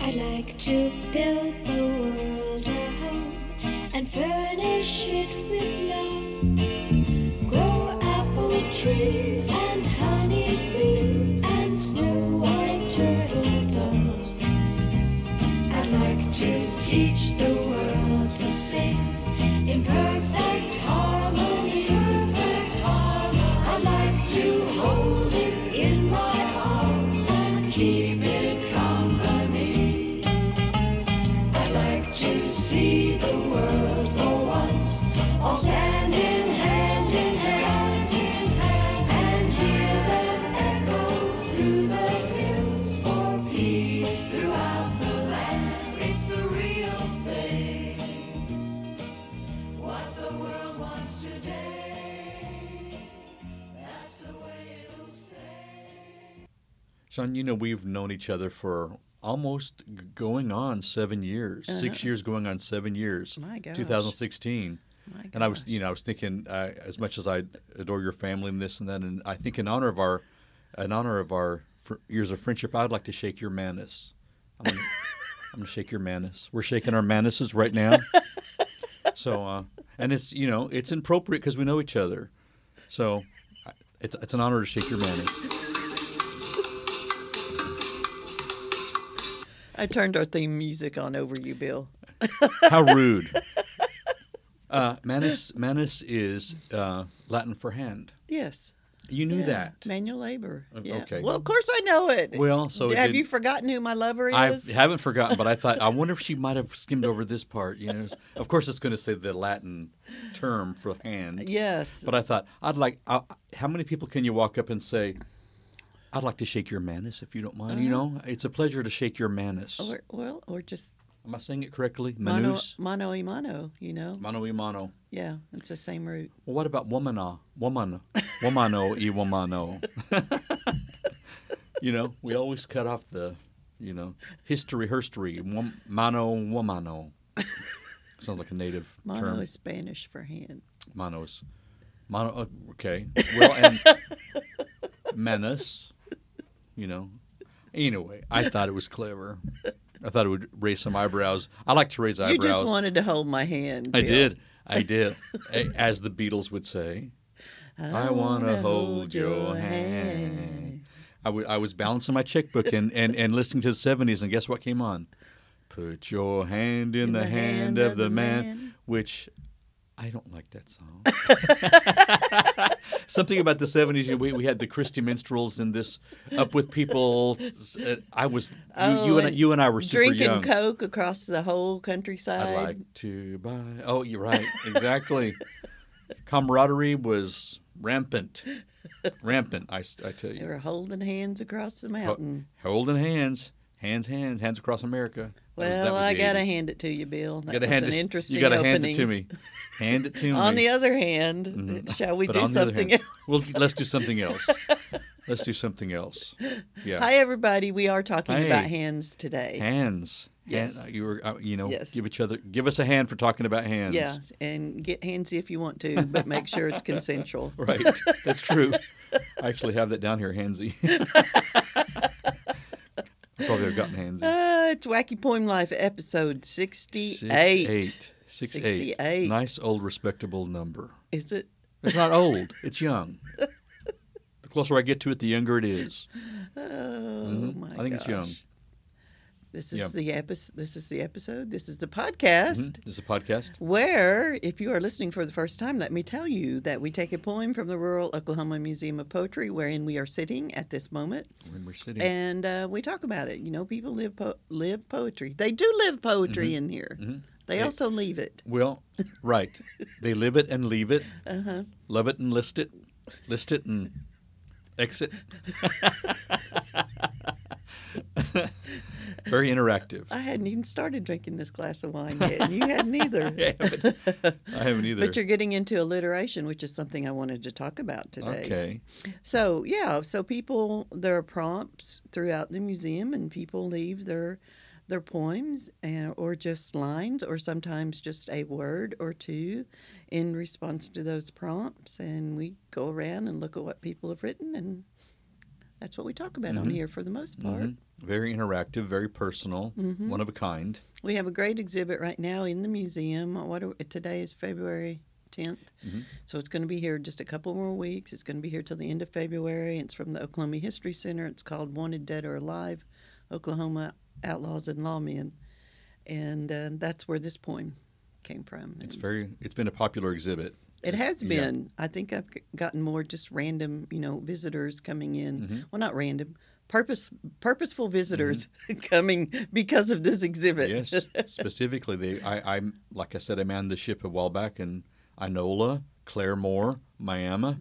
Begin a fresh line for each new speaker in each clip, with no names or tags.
I'd like to build the world a home and furnish it with love. Grow apple trees and honey bees and snow white turtle doves. I'd like to teach the world to sing in perfect harmony. Perfect harmony. I'd like to hold it in my arms and keep it company. I'd like to see the world for once, all standing hand in hand, and hear them echo through the hills for peace throughout the land. It's the real thing, what the world wants today. That's the way it'll stay.
Sean, you know we've known each other for almost g- going on seven years, six years going on seven years.
Uh-huh. My gosh.
2016.
My
And I was,
gosh.
you know, I was thinking, uh, as much as I adore your family and this and that, and I think in honor of our, in honor of our fr- years of friendship, I'd like to shake your manus. I'm gonna, I'm gonna shake your manus. We're shaking our manuses right now. so, uh, and it's, you know, it's appropriate because we know each other. So, I- it's it's an honor to shake your manus.
I turned our theme music on over you, Bill.
How rude. Uh, manus manus is uh, Latin for hand.
Yes.
You knew
Yeah.
that. Mm,
Manual labor. Yeah.
okay.
Well, of course I know it.
Well, so it
have
did-
you forgotten who my lover
I
is?
haven't forgotten, but I thought I wonder if she might have skimmed over this part. You know, of course it's going to say the Latin term for hand.
yes.
But I thought I'd like. I, how many people can you walk up and say, "I'd like to shake your manus if you don't mind"? You know, it's a pleasure to shake your manus.
Uh-huh. or, well, or just
Am I saying it correctly?
mono,
Manus,
mono y mono, you know?
mano y mano.
Yeah, it's the same root.
Well, what about womana, woman, womano y womano? you know, we always cut off the, you know, history, herstory, wom- mano, womano. Sounds like a native
Mono
term.
is Spanish for hand.
Mono is, mono. uh, Okay. Well, and menace. You know. Anyway, I thought it was clever. I thought it would raise some eyebrows. I like to raise eyebrows.
You just wanted to hold my hand.
I
Bill.
did. I did. A- As the Beatles would say, I, want to
wanna
hold your hand. I, w- I was balancing my checkbook and, and, and listening to the 70s, and guess what came on? Put your hand in, the, hand, of the man,
man.
which I don't like that song. Something about the 70s, you know, we, we had the Christy Minstrels and this Up With People. uh, I was, you, you,
Oh,
and, I-
and
you and I were super
Drinking
young.
Coke across the whole countryside.
I'd like to buy. Oh, you're right. Exactly. Camaraderie was rampant. Rampant, I, s- I tell
They
you.
were holding hands across the
Ho-
mountain.
holding hands. Hands, hands, hands across America. That was- that
well,
was
I
the
gotta
80s.
hand it to you, Bill. That
You gotta
was
hand
an
it-
interesting
You gotta
opening.
hand it to me. Hand it to
On
me.
the other hand, shall we
Mm-hmm. But on
do
the other
something
hand-
else?
Well, let's do something else. let's do something else. Yeah.
Hi, everybody. We are talking about
Hey.
hands today.
Hands.
Yes.
Hand- you were, uh, you know,
Yes.
give each other, give us a hand for talking about hands.
Yeah, and get handsy if you want to, but make sure it's consensual.
Right. That's true. I actually have that down here, Hansy. I probably have gotten Hansy.
Uh, it's Wacky Poem Life, episode 68.
Six, eight. Six, eight.
68.
Nice old respectable number.
Is it?
It's not old, it's young. The closer I get to it, the younger it is.
Oh my
Mm-hmm. I think it's young.
gosh. This is
Yeah.
the episode. This is the episode. This is the podcast.
Mm-hmm. This is a podcast.
Where, if you are listening for the first time, let me tell you that we take a poem from the Rural Oklahoma Museum of Poetry, wherein we are sitting at this moment,
When we're sitting.
and uh, we talk about it. You know, people live po- live poetry. They do live poetry
Mm-hmm.
in here. They also leave it.
well, right. They live it and leave it.
Uh-huh.
Love it and list it. List it and exit. Very interactive.
I hadn't even started drinking this glass of wine yet. and You hadn't either.
I haven't, I haven't either.
But you're getting into alliteration, which is something I wanted to talk about today.
okay.
So yeah, so people there are prompts throughout the museum, and people leave their their poems and, or just lines, or sometimes just a word or two in response to those prompts, and we go around and look at what people have written, and That's what we talk about on here for the most part.
Mm-hmm. Very interactive, very personal,
Mm-hmm.
one of a kind.
We have a great exhibit right now in the museum. Uh, What are, today is February 10th.
Mm-hmm.
So it's going to be here just a couple more weeks. It's going to be here till the end of February. It's from the Oklahoma History Center. It's called Wanted Dead or Alive Oklahoma Outlaws and Lawmen. And uh, that's where this poem came from.
It's very. It's been a popular exhibit.
It has
yeah.
been. I think I've g- gotten more just random, you know, visitors coming in.
Mm-hmm.
Well, not random, purpose purposeful visitors coming because of this exhibit.
Mm-hmm. yes, specifically, they. I, I'm like I said, I manned the ship a while back in Inola, Claremore, Miami.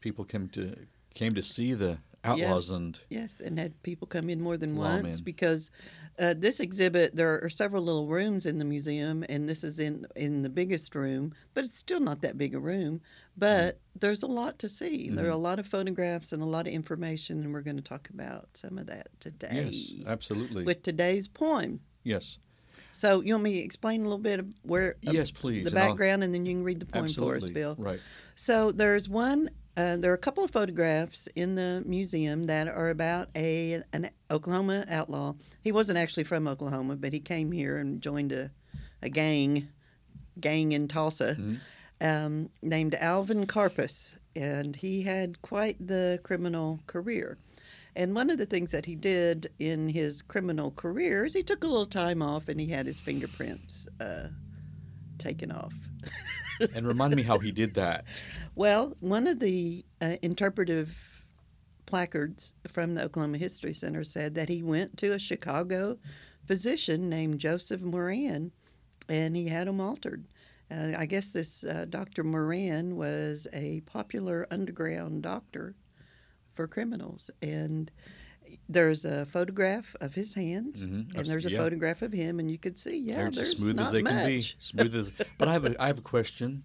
People came to came to see the outlaws
Yes.
and
Yes, and had people come in more than
Lawmen.
once because uh, this exhibit there are several little rooms in the museum, and this is in in the biggest room, but it's still not that big a room.
Mm-hmm.
But there's a lot to see. There are a lot of photographs and a lot of information, and we're going to talk about some of that today
yes, absolutely,
with today's poem.
yes,
So you want me to explain a little bit of where of
Yes, please,
the
and I'll-
background, and then you can read the poem
absolutely,
for us, Bill.
right.
So there's one. Uh, there are a couple of photographs in the museum that are about a an Oklahoma outlaw. He wasn't actually from Oklahoma, but he came here and joined a, a gang, gang in Tulsa, um, named Alvin Carpus, and he had quite the criminal career. And one of the things that he did in his criminal career is he took a little time off and he had his fingerprints uh, taken off.
And remind me how he did that.
Well, one of the uh, interpretive placards from the Oklahoma History Center said that he went to a Chicago physician named Joseph Moran and he had him altered. Uh, I guess this uh, Dr. Moran was a popular underground doctor for criminals. And there's a photograph of his hands,
Mhm.
and there's a
Yeah.
photograph of him, and you could see, yeah,
They're
there's,
just smooth
not
as they
much.
can be. Smooth as. But I have a, I have a question.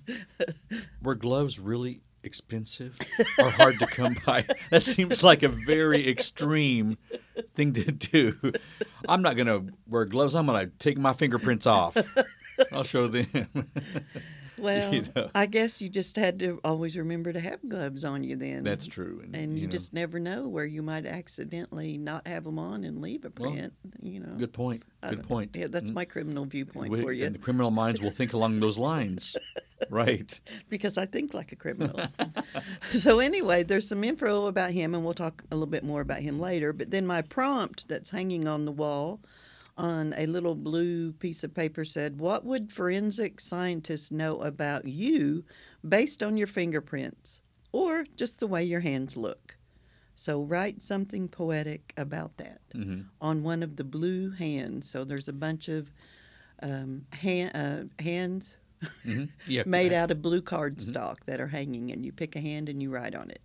Were gloves really expensive or hard to come by? That seems like a very extreme thing to do. I'm not going to wear gloves. I'm going to take my fingerprints off. I'll show them.
Well,
know?
I guess you just had to always remember to have gloves on you then.
That's true.
And you,
know,
just never know where you might accidentally not have them on and leave a
Well,
print. you know.
good point.
I
Good
don't-
point. Mm,
Yeah, that's my criminal viewpoint
We-
for you
And the criminal minds will think along those lines, right?
because I think like a criminal. so anyway, there's some info about him, and we'll talk a little bit more about him later. But then my prompt that's hanging on the wall, on a little blue piece of paper, said, "What would forensic scientists know about you, based on your fingerprints, or just the way your hands look?" So write something poetic about that on one of the blue hands. So there's a bunch of um, hand, uh, hands
Yeah,
made out of blue card
Mm-hmm.
stock that are hanging, and you pick a hand and you write on it.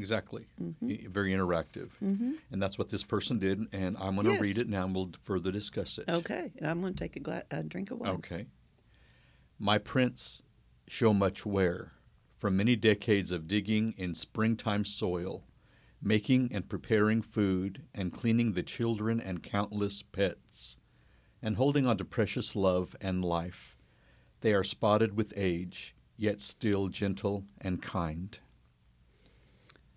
Exactly.
Mm-hmm.
Y- Very interactive. And that's what this person did. And I'm going to
Yes.
read it now and we'll further discuss it.
Okay, and I'm going to take a, gla- a drink of wine.
Okay. My prints show much wear from many decades of digging in springtime soil, making and preparing food, and cleaning the children and countless pets, and holding on to precious love and life. They are spotted with age, yet still gentle and kind.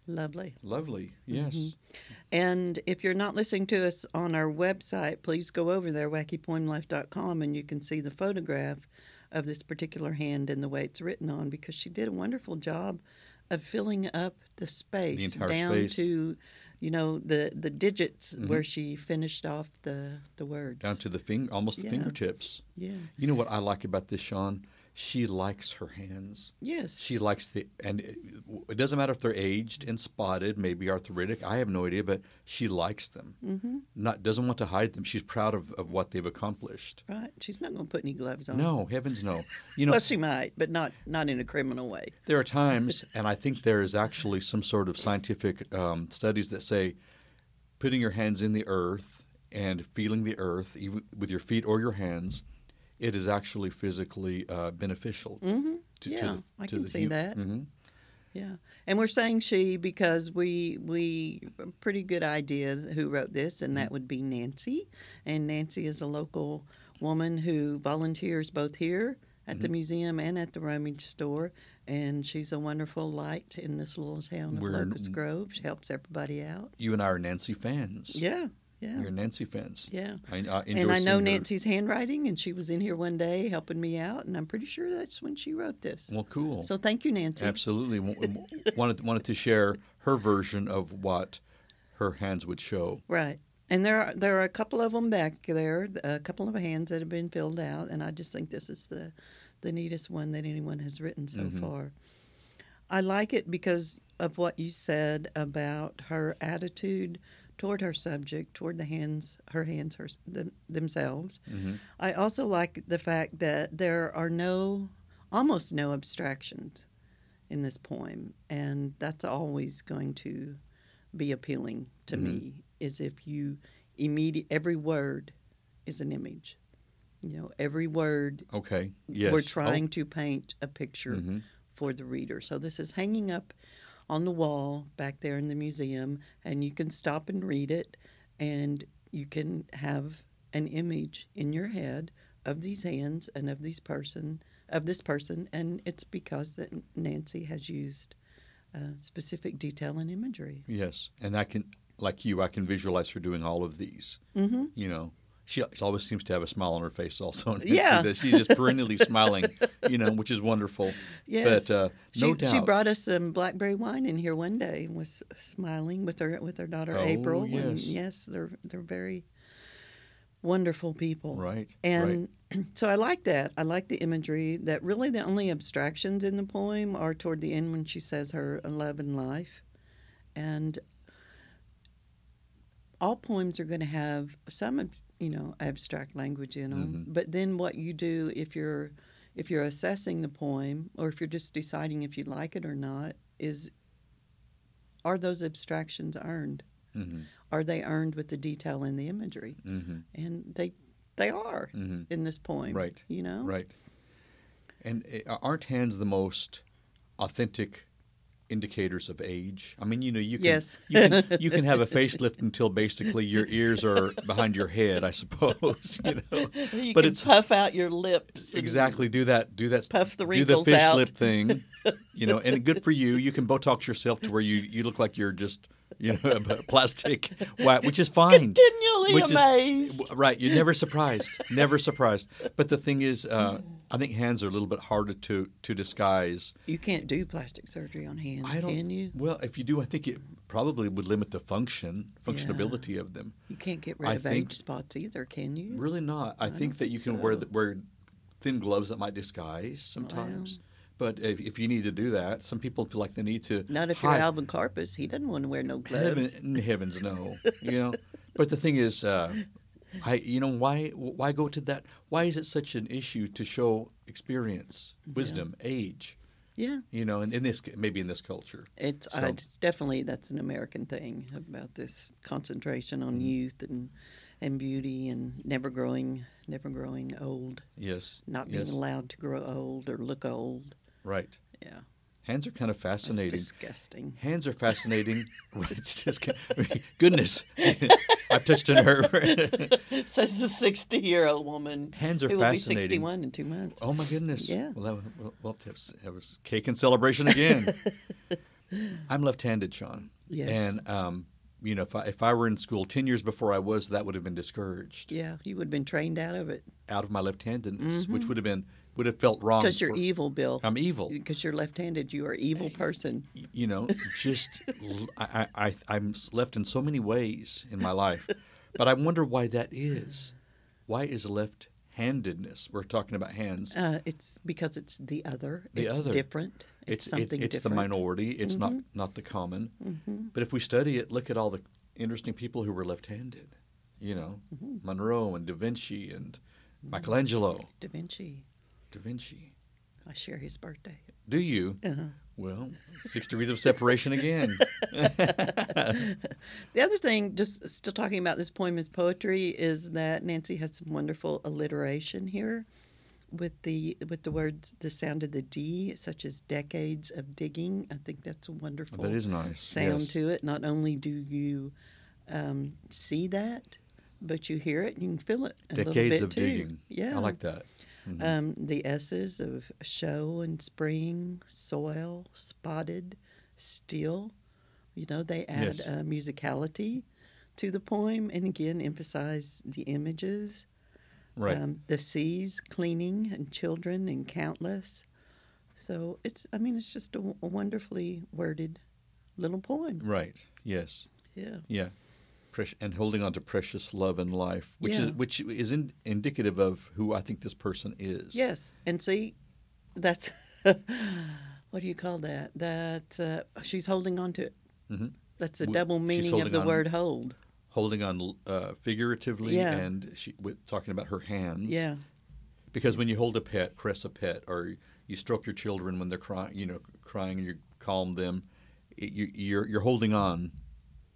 Lovely.
Lovely. Yes.
Mm-hmm. And if you're not listening to us on our website, please go over there, wackypoemlife.com, and you can see the photograph of this particular hand and the way it's written on because she did a wonderful job of filling up the space
entire
down
space. Mm-hmm.
to, you know, the, the digits where she finished off the, the words.
Down to the finger, almost the
Yeah.
fingertips.
yeah.
You know what I like about this, Sean? She likes her hands.
Yes.
She likes the, and it, it doesn't matter if they're aged and spotted, maybe arthritic. I have no idea, but she likes them. Mm-hmm. Not doesn't want to hide them. She's proud of, of what they've accomplished.
right? She's not going to put any gloves on.
No, heavens no. You know,
Oh. well, she might, but not not in a criminal way.
There are times, and I think there is actually some sort of scientific um, studies that say putting your hands in the earth and feeling the earth, even with your feet or your hands, it is actually physically uh, beneficial. Mm-hmm. To,
Mm, yeah,
to the,
I
to
can
the mm-hmm.
see
hu- mm.
that. Yeah, and we're saying she because we we a pretty good idea who wrote this, and
Mm-hmm.
that would be Nancy. And Nancy is a local woman who volunteers both here at
Mm-hmm.
the museum and at the rummage store. And she's a wonderful light in this little town of
We're-
Locust Grove. She helps everybody out.
You and I are Nancy fans.
Yeah, yeah,
You're Nancy fans.
yeah.
I, I enjoy
And I know
seeing her-
Nancy's handwriting, and she was in here one day helping me out, and I'm pretty sure that's when she wrote this.
Well, cool.
So thank you, Nancy.
Absolutely. W- w- wanted wanted to share her version of what her hands would show.
Right. And there are there are a couple of them back there, a couple of hands that have been filled out, and I just think this is the the neatest one that anyone has written so far. I like it because of what you said about her attitude toward her subject, toward the hands, her hands, her, them, themselves.
Mm-hmm.
I also like the fact that there are no, almost no abstractions in this poem, and that's always going to be appealing to
Mm-hmm.
me. Is if you immediate every word is an image. You know, every word
Okay. Yes.
we're
Oh, Mm-hmm.
trying to paint a picture for the reader. So this is hanging up on the wall back there in the museum, and you can stop and read it, and you can have an image in your head of these hands and of these person of this person, and it's because that Nancy has used uh, specific detail and imagery.
yes. And I can, like you, I can visualize her doing all of these. Mm-hmm. You know, she, she always seems to have a smile on her face. Also, and I see
Yeah.
that she's just perennially smiling. You know, which is wonderful.
Yes.
But uh,
She,
no doubt.
she brought us some blackberry wine in here one day and was smiling with her with her daughter
Oh,
April. And
yes.
yes, they're they're very wonderful people.
Right,
And so I like that. I like the imagery that really the only abstractions in the poem are toward the end when she says her love and life. And all poems are going to have some abs- you know abstract language in them but then what you do if you're if you're assessing the poem or if you're just deciding if you like it or not is are those abstractions earned
Mhm.
are they earned with the detail and the imagery
hmm
and they they are
Mhm.
in this poem
Right.
you know
Right. And uh, aren't hands the most authentic indicators of age? I mean, you know, you can,
Yes.
you, can you can have a facelift until basically your ears are behind your head, I suppose. You know,
you
but
can
it's
puff out your lips and-
exactly do that. Do that.
Puff the
do the
wrinkles
fish
out.
lip thing. You know, and good for you. You can Botox yourself to where you you look like you're just you know plastic, wax, which is fine
continually
which is-
amazed
w- right, you're never surprised, never surprised. But the thing is, uh, I think hands are a little bit harder to to disguise.
you can't do plastic surgery on hands
I don't.
can you
Well, if you do, I think it probably would limit the function functionability of them.
you can't get rid
I
of
think-
age spots either can you
Really not. I, think that you can wear the, wear thin gloves that might
Oh,
disguise sometimes. But if, if you need to do that, some people feel like they need to
Not if
hide.
you're Alvin Karpus. He doesn't want to wear no
Heaven,
gloves.
in heavens, no. You know, but the thing is, uh, I you know why why go to that? Why is it such an issue to show experience, wisdom, age?
Yeah,
You know, in, in this maybe in this culture,
it's,
So-
I, it's definitely that's an American thing about this concentration
Mm.
on youth and and beauty and never growing, never growing old,
yes,
not
yes,
being allowed to grow old or look old.
right.
Yeah,
Hands are kind of
it's
fascinating.
disgusting.
Hands are fascinating. right, it's just, goodness, I've touched a nerve.
Says the sixty-year-old woman.
Hands are
who
fascinating.
Will be sixty-one in two months.
Oh my goodness!
Yeah.
Well, that was, well, well that, was, that was cake and celebration again. I'm left-handed, Sean.
Yes.
And um, you know, if I, if I were in school ten years before I was, that would have been discouraged
Yeah, you would have been trained out of it
out of my left-handedness, which would have been would have felt wrong.
Mm-hmm. because you're e
for-
evil, Bill.
I'm evil.
Because you're left-handed, you are evil person.
You know, just l- I, I I- I'm left in so many ways in my life, but I wonder why that is. Why is left-handedness? We're talking about hands.
Uh, it's because it's the other.
The
it's
other.
different. It's,
it's it-
something
it's
different. Mm-hmm.
the minority. It's not not the common. But if we study it, look at all the interesting people who were left-handed. You know,
Mm-hmm.
Monroe and Da Vinci and Michelangelo.
Da Vinci.
Da Vinci.
I share his birthday. Uh-huh.
Do you?
Uh,
Well, six degrees of separation again.
The other thing, just still talking about this poem as poetry, is that Nancy has some wonderful alliteration here with the with the words the sound of the D, such as decades of digging. I think that's a wonderful
that is nice.
sound
yes.
to it. Not only do you um, see that, but you hear it and you can feel it. A little
Decades
bit
of
too.
digging.
Yeah.
I like that. Mm-hmm.
um, the S's of show and spring, soil, spotted, still. You know, they add
Yes.
uh, musicality to the poem and again emphasize the images.
Right.
Um, the seas, cleaning, and children, and countless. So it's, I mean, it's just a, w- a wonderfully worded little poem.
right. Yes.
Yeah.
Yeah. Prec- and holding on to precious love and life, which
Yeah.
is which is in, indicative of who I think this person is.
Yes. And see, that's, what do you call that? That uh, she's holding on to it.
Mhm.
That's the
W-
double
she's
meaning of
holding
the
on-
word hold.
Holding on uh, figuratively
Yeah.
and she, with, talking about her hands.
Yeah.
Because when you hold a pet, caress a pet, or you stroke your children when they're crying, you know, crying, and you calm them, it, you, you're you're holding on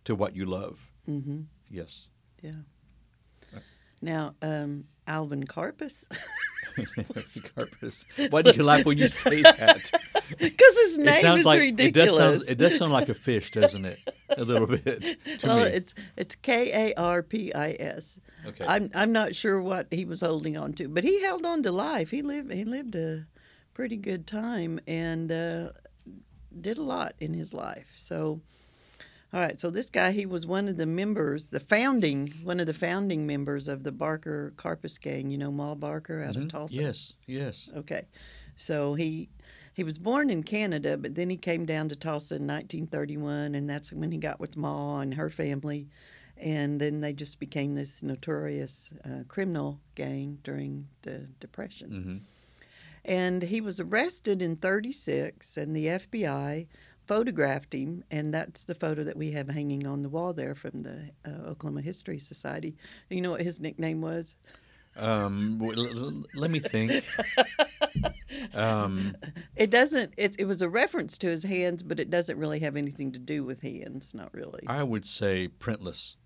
to what you love.
Mm-hmm.
Yes.
Yeah. Now, um, Alvin Karpus,
Carpus. Why do you laugh when you say that?
because his name
it sounds
is
like
ridiculous.
it does sound it does sound like a fish, doesn't it? A little bit. To
well,
me.
Oh, it's it's K A R P I S.
Okay.
I'm I'm not sure what he was holding on to, but he held on to life. He lived he lived a pretty good time and uh, did a lot in his life. So, all right. So this guy, he was one of the members, the founding one of the founding members of the Barker Carpus gang. You know, Maul Barker out of Tulsa.
Mm-hmm. Yes, yes.
Okay. So he he was born in Canada, but then he came down to Tulsa in 1931, and that's when he got with Ma and her family, and then they just became this notorious uh, criminal gang during the Depression.
hmm
And he was arrested in 36, and the FBI photographed him. And that's the photo that we have hanging on the wall there from the uh, Oklahoma History Society. You know what his nickname was?
Um, w- l- l- let me think. Um,
It doesn't. It, it was a reference to his hands, but it doesn't really have anything to do with hands. Not really.
I would say printless.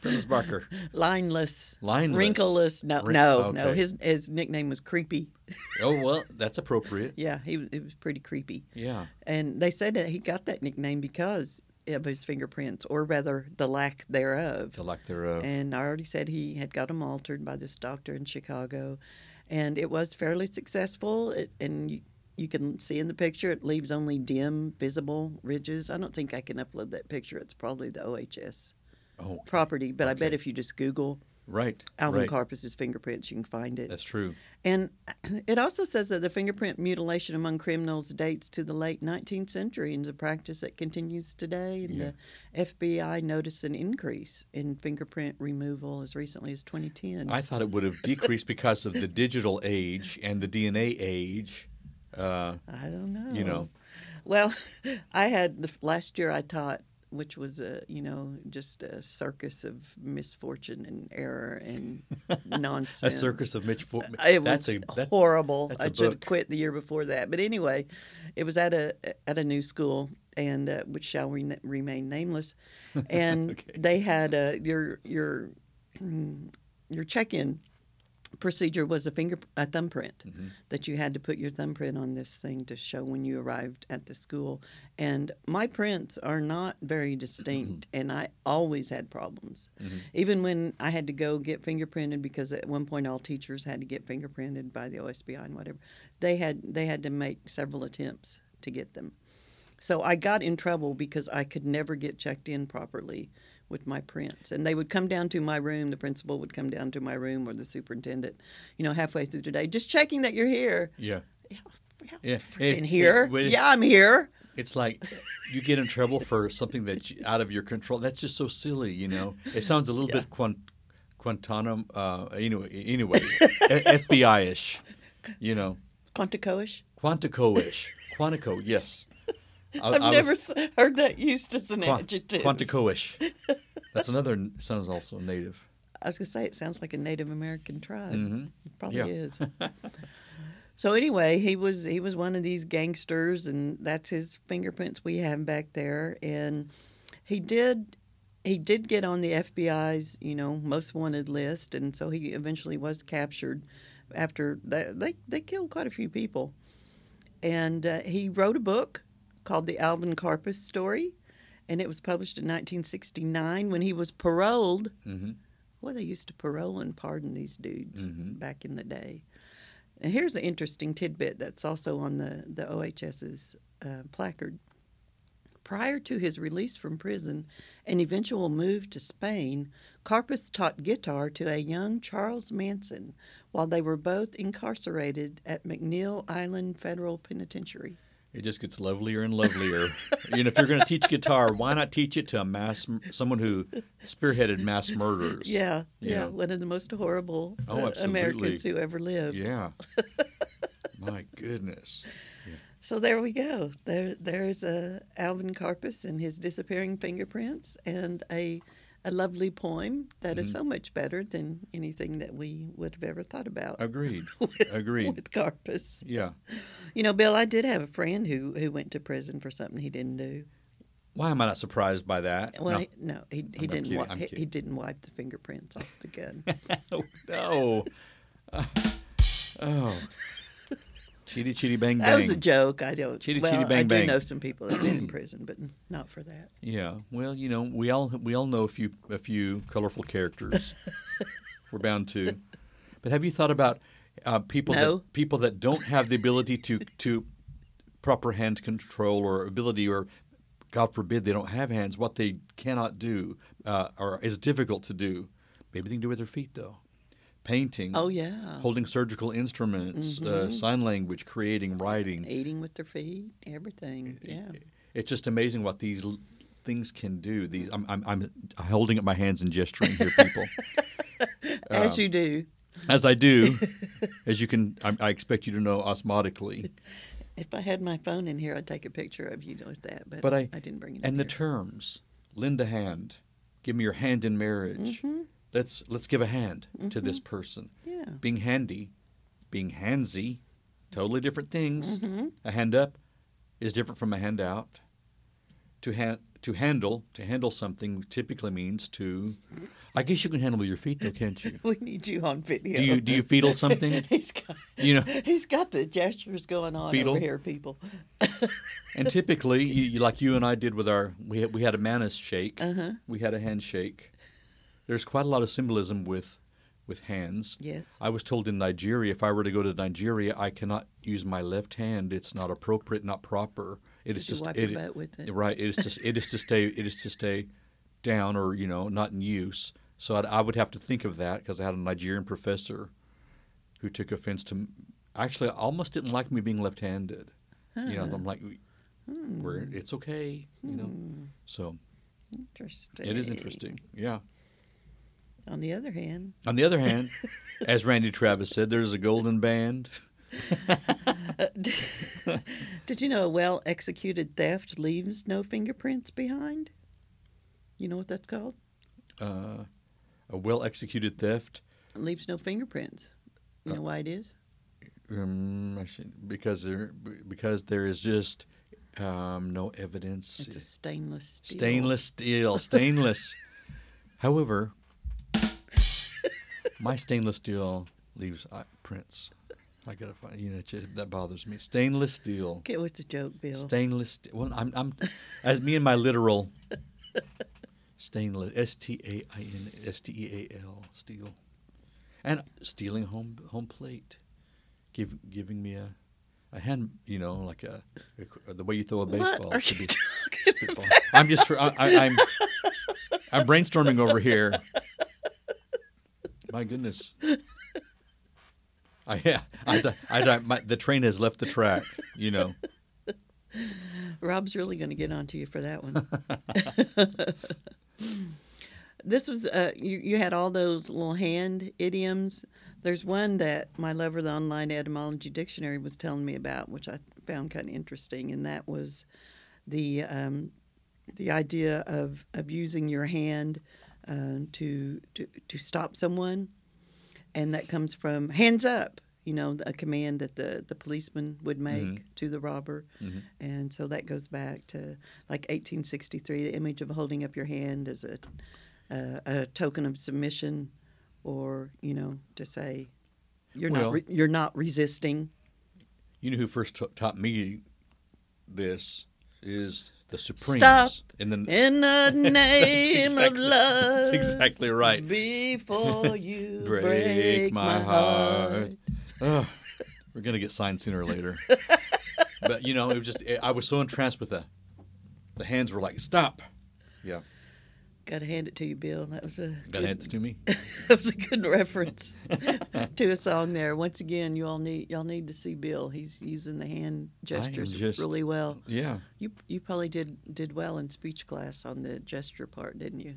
printless Barker.
Lineless,
Lineless.
wrinkleless. No,
Wrin-
no, no.
okay.
His his nickname was Creepy.
Oh well, that's appropriate.
Yeah, he was- it was pretty creepy.
Yeah.
And they said that he got that nickname because of his fingerprints, or rather, the lack thereof.
The lack thereof.
And I already said he had got them altered by this doctor in Chicago, and it was fairly successful. It, and you, you can see in the picture it leaves only dim, visible ridges. I don't think I can upload that picture. It's probably the OHS
Oh,
property, but I bet
Okay.
if you just Google
right.
Alvin
right.
Karpus's fingerprints, you can find it.
That's true.
And it also says that the fingerprint mutilation among criminals dates to the late 19th century and is a practice that continues today. And
Yeah.
the FBI noticed an increase in fingerprint removal as recently as 2010.
I thought it would have decreased because of the digital age and the DNA age. Uh,
I don't know.
you know.
Well, I had the last year I taught, which was a you know just a circus of misfortune and error and nonsense.
a circus of Mitch. Fo-
It
that's
was
a that,
horrible.
that's
I
a
should have
book.
quit the year before that. But anyway, it was at a at a new school, and uh, which shall re- remain nameless. And
Okay.
they had uh, your your your check in procedure was a finger a thumbprint
mm-hmm,
that you had to put your thumbprint on this thing to show when you arrived at the school and my prints are not very distinct and i always had problems
mm-hmm,
even when i had to go get fingerprinted because at one point all teachers had to get fingerprinted by the osbi and whatever they had they had to make several attempts to get them so I got in trouble because I could never get checked in properly with my prints. And they would come down to my room, the principal would come down to my room or the superintendent, you know, halfway through the day, just checking that you're here.
yeah.
Yeah,
Yeah. If-
in here.
if- with-
yeah, I'm here.
It's like you get in trouble for something that's out of your control. That's just so silly, you know. It sounds a little bit quant, Quantanam, uh, you know, anyway, E, FBI ish, you know,
Quanticoish.
Quantico ish, Quantico, yes. I,
I've
I was-
never s heard that used as an
Qua-
adjective.
Quantico-ish. That's another sounds also native.
I was going to say it sounds like a Native American tribe.
Mhm.
It probably
Yeah.
is. so anyway, he was he was one of these gangsters, and that's his fingerprints we have back there. And he did he did get on the FBI's you know most wanted list, and so he eventually was captured. After that, they they killed quite a few people, and uh, he wrote a book called The Alvin Karpus Story. and it was published in 1969 when he was paroled.
hmm
Well, they used to parole and pardon these dudes
Mhm.
back in the day. And here's an interesting tidbit that's also on the, the OHS's uh, placard. Prior to his release from prison and eventual move to Spain, Carpus taught guitar to a young Charles Manson while they were both incarcerated at McNeil Island Federal Penitentiary.
It just gets lovelier and lovelier. you know, if you're going to teach guitar, why not teach it to a mass someone who spearheaded mass murders?
Yeah, yeah,
Yeah.
one of the most horrible
Oh,
uh,
absolutely.
Americans who ever lived.
Yeah. My goodness.
So there we go. There, there's uh, Alvin Karpus and his disappearing fingerprints, and a, a lovely poem that
Mm-hmm.
is so much better than anything that we would have ever thought about
Agreed. Agreed.
with Karpus.
Yeah.
You know, Bill, I did have a friend who who went to prison for something he didn't do.
Why am I not surprised by that?
Well,
no.
he, no, he, he
I'm
didn't.
kidding.
wi-
I'm
he, he
kidding.
didn't wipe the fingerprints off the gun.
no. oh. Chitty chitty bang bang.
that was a joke. I don't.
Chitty,
well,
chitty, bang,
I do
bang.
know some people that've been in prison, but not for that.
Yeah. Well, you know, we all we all know a few a few colorful characters. We're bound to. But have you thought about uh, people
No.
that people that don't have the ability to to proper hand control or ability or God forbid they don't have hands. What they cannot do uh, or is difficult to do. Maybe they can do with their feet though. Painting.
Oh yeah, Mm-hmm.
Holding surgical instruments, uh, sign language, creating, writing.
eating with their feet,
E,
everything. Yeah.
It's just amazing what these l- things can do. These I'm I'm, I'm holding up my hands and gesturing here, people, Um,
As you do.
as I do, as you can. I, I expect you to know osmotically.
If I had my phone in here, I'd take a picture of you with that, but,
But
I,
I-
didn't bring it.
And the
in here.
terms: lend a hand, give me your hand in marriage. Let's let's give a hand to this person.
Yeah.
Being handy, being handsy, totally different things. A hand up is different from a hand out. To hand to handle to handle something typically means to. I guess you can handle with your feet though, can't you?
we need you on video.
Do you do you fetal something?
he's got
You know,
he's got the gestures going on
Fetal?
over here, people.
and typically, you, you, like you and I did with our we had, we had a manis shake.
Uh-huh.
We had a handshake. There's quite a lot of symbolism with with hands.
Yes.
I was told in Nigeria, if I were to go to Nigeria, I cannot use my left hand. It's not appropriate, not proper. It is
You
just
wipe
it,
your butt with it.
right. It is to it is to stay it is to stay down or you know not in use. So I'd, I would have to think of that because I had a Nigerian professor who took offense to m- actually almost didn't like me being left-handed. You know, I'm like, "Hmm, we're
Hmm.
it's okay. You know, so
Interesting.
it is interesting. Yeah.
On the other hand,
On the other hand, as Randy Travis said, there's a golden band.
did you know a well executed theft leaves no fingerprints behind? You know what that's called?
uh, a well executed theft
leaves no fingerprints. You
Uh,
know why it is?
um, I should- because there because there is just um, no evidence.
It's a stainless steel.
stainless steel, stainless. However, my stainless steel leaves uh, prints. I gotta find you know it's just- that bothers me. Stainless steel,
Get with the joke, Bill.
stainless. St- well, I'm I'm as me and my literal stainless S T A I N S T E A L steel, and stealing home home plate, give giving me a a hand you know like a, the way you throw a baseball.
what are
should
you
be-
talking
people. I'm just I, I, I'm I'm brainstorming over here. My goodness. I yeah. I, di- I, di- my, the train has left the track. You know.
Rob's really going to get onto you for that one. this was uh, you. You had all those little hand idioms. There's one that my lover, the online etymology dictionary, was telling me about, which I found kind of interesting, and that was the um, the idea of of using your hand um, to, to to stop someone, and that comes from hands up. You know, a command that the the policeman would make
Mm-hmm.
to the robber, and so that goes back to like 1863. The image of holding up your hand as a a, a token of submission, or you know, to say you're
Well-
not re- you're not resisting.
You know who first ta- taught me this is the Supremes.
Stop.
And then
In the name of love.
That's exactly right.
Before you
Break
break,
my
my
heart.
heart.
Ugh, we're gonna get signed sooner or later. but you know, it was just I was so entranced with that. The hands were like, "Stop!" Yeah,
Gotta hand it to you, Bill. That was a
got
good,
hands to me.
that was a good reference to a song there. Once again, you all need y'all need to see Bill. He's using the hand gestures
just-
really well.
Yeah,
You you probably did did well in speech class on the gesture part, didn't you?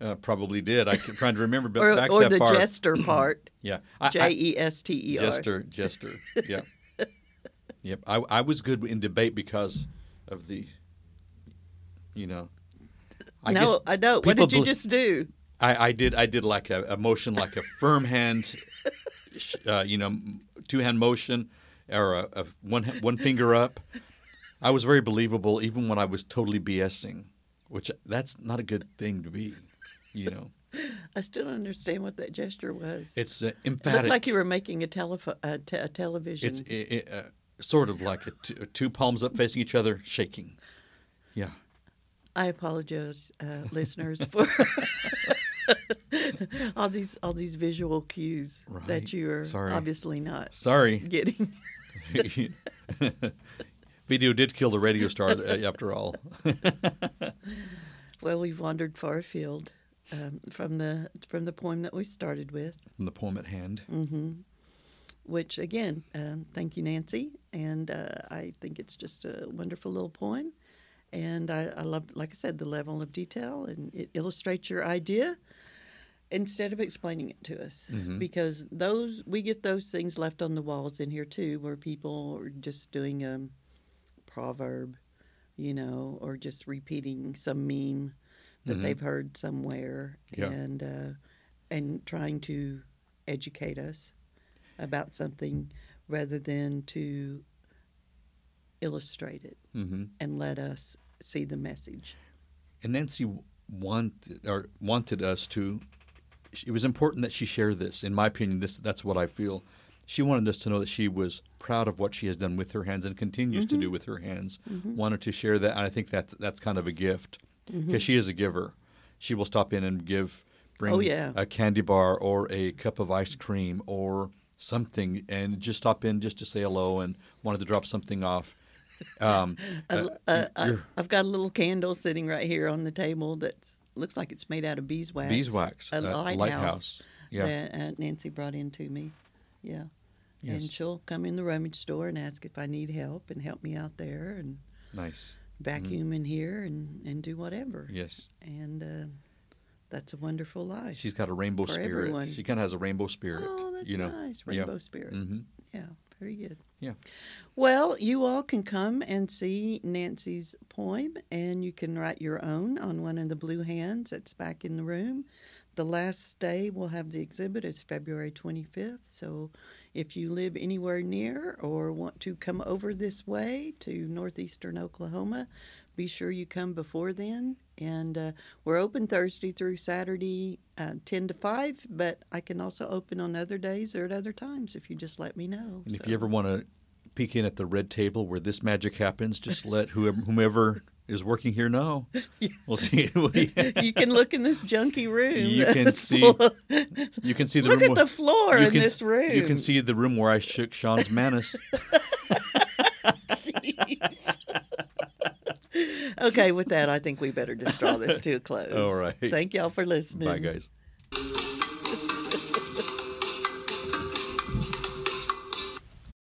uh, probably did. I kept trying to remember, but
Or
back
or
that
the
far.
jester part.
yeah, I- I-
J E S T E R.
Jester, jester. Yeah. yep. I, I was good in debate because of the, you know, I
no,
guess
I don't. What
people
did you
bel-
just do?
I, I did I did like a, a motion like a firm hand, sh- uh, you know, two hand motion, or a, a one one finger up. I was very believable even when I was totally BSing, which that's not a good thing to be, you know.
I still don't understand what that gesture was.
It's uh,
It
emphatic.
looked like you were making a, telefo- a, te- a television.
It's i i uh, sort of like a t- two palms up facing each other, shaking. Yeah.
I apologize, uh, listeners, for all these all these visual cues
Right.
that you are
Sorry.
obviously not
Sorry.
getting.
Video did kill the radio star uh, after all.
Well, we've wandered far afield um, from the from the poem that we started with,
From the poem at hand.
which again, um, thank you, Nancy, and uh, I think it's just a wonderful little poem, and I, I love, like I said, the level of detail, and it illustrates your idea instead of explaining it to us because those we get those things left on the walls in here too where people are just doing a proverb you know or just repeating some meme that they've heard somewhere
Yeah.
and uh, and trying to educate us about something rather than to illustrate it
hmm
and let us see the message
And Nancy w- wanted or wanted us to. It was important that she share this. In my opinion, this that's what I feel. She wanted us to know that she was proud of what she has done with her hands and continues to
Mm-hmm.
do with her hands. Wanted to share that, and I think that's that's kind of a gift because
Mm-hmm.
she is a giver. She will stop in and give, bring
Oh, yeah.
a candy bar or a cup of ice cream or something, and just stop in just to say hello and wanted to drop something off. Um, uh, you're-
I've got a little candle sitting right here on the table that looks like it's made out of beeswax.
Beeswax,
A
uh,
lighthouse.
lighthouse. Yeah.
That uh, Nancy brought in to me. Yeah.
Yes.
And she'll come in the rummage store and ask if I need help and help me out there and
nice.
vacuum in here and, and do whatever.
Yes.
And uh, that's a wonderful life.
She's got a rainbow
For
spirit.
everyone.
She kind of has a rainbow spirit.
Oh, that's
you know?
nice.
Yeah.
Rainbow spirit.
Mhm.
Yeah, very good.
Yeah.
Well, you all can come and see Nancy's poem, and you can write your own on one of the blue hands that's back in the room. The last day we'll have the exhibit is February 25th. So if you live anywhere near or want to come over this way to northeastern Oklahoma, be sure you come before then. And uh, we're open Thursday through Saturday, uh, 10 to 5, but I can also open on other days or at other times if you just let me know.
And if
So-
you ever want to peek in at the red table where this magic happens, just let whoever, whomever is working here know. We'll see. we-
you can look in this junky room.
You can
that's
see
full of-
you can see the
look
room.
at
where-
the floor
you
in
can
this
s- You
room.
can see the room where I shook Sean's manus.
okay, with that, I think we better just draw this to a close.
All right.
Thank y'all for listening.
Bye, guys.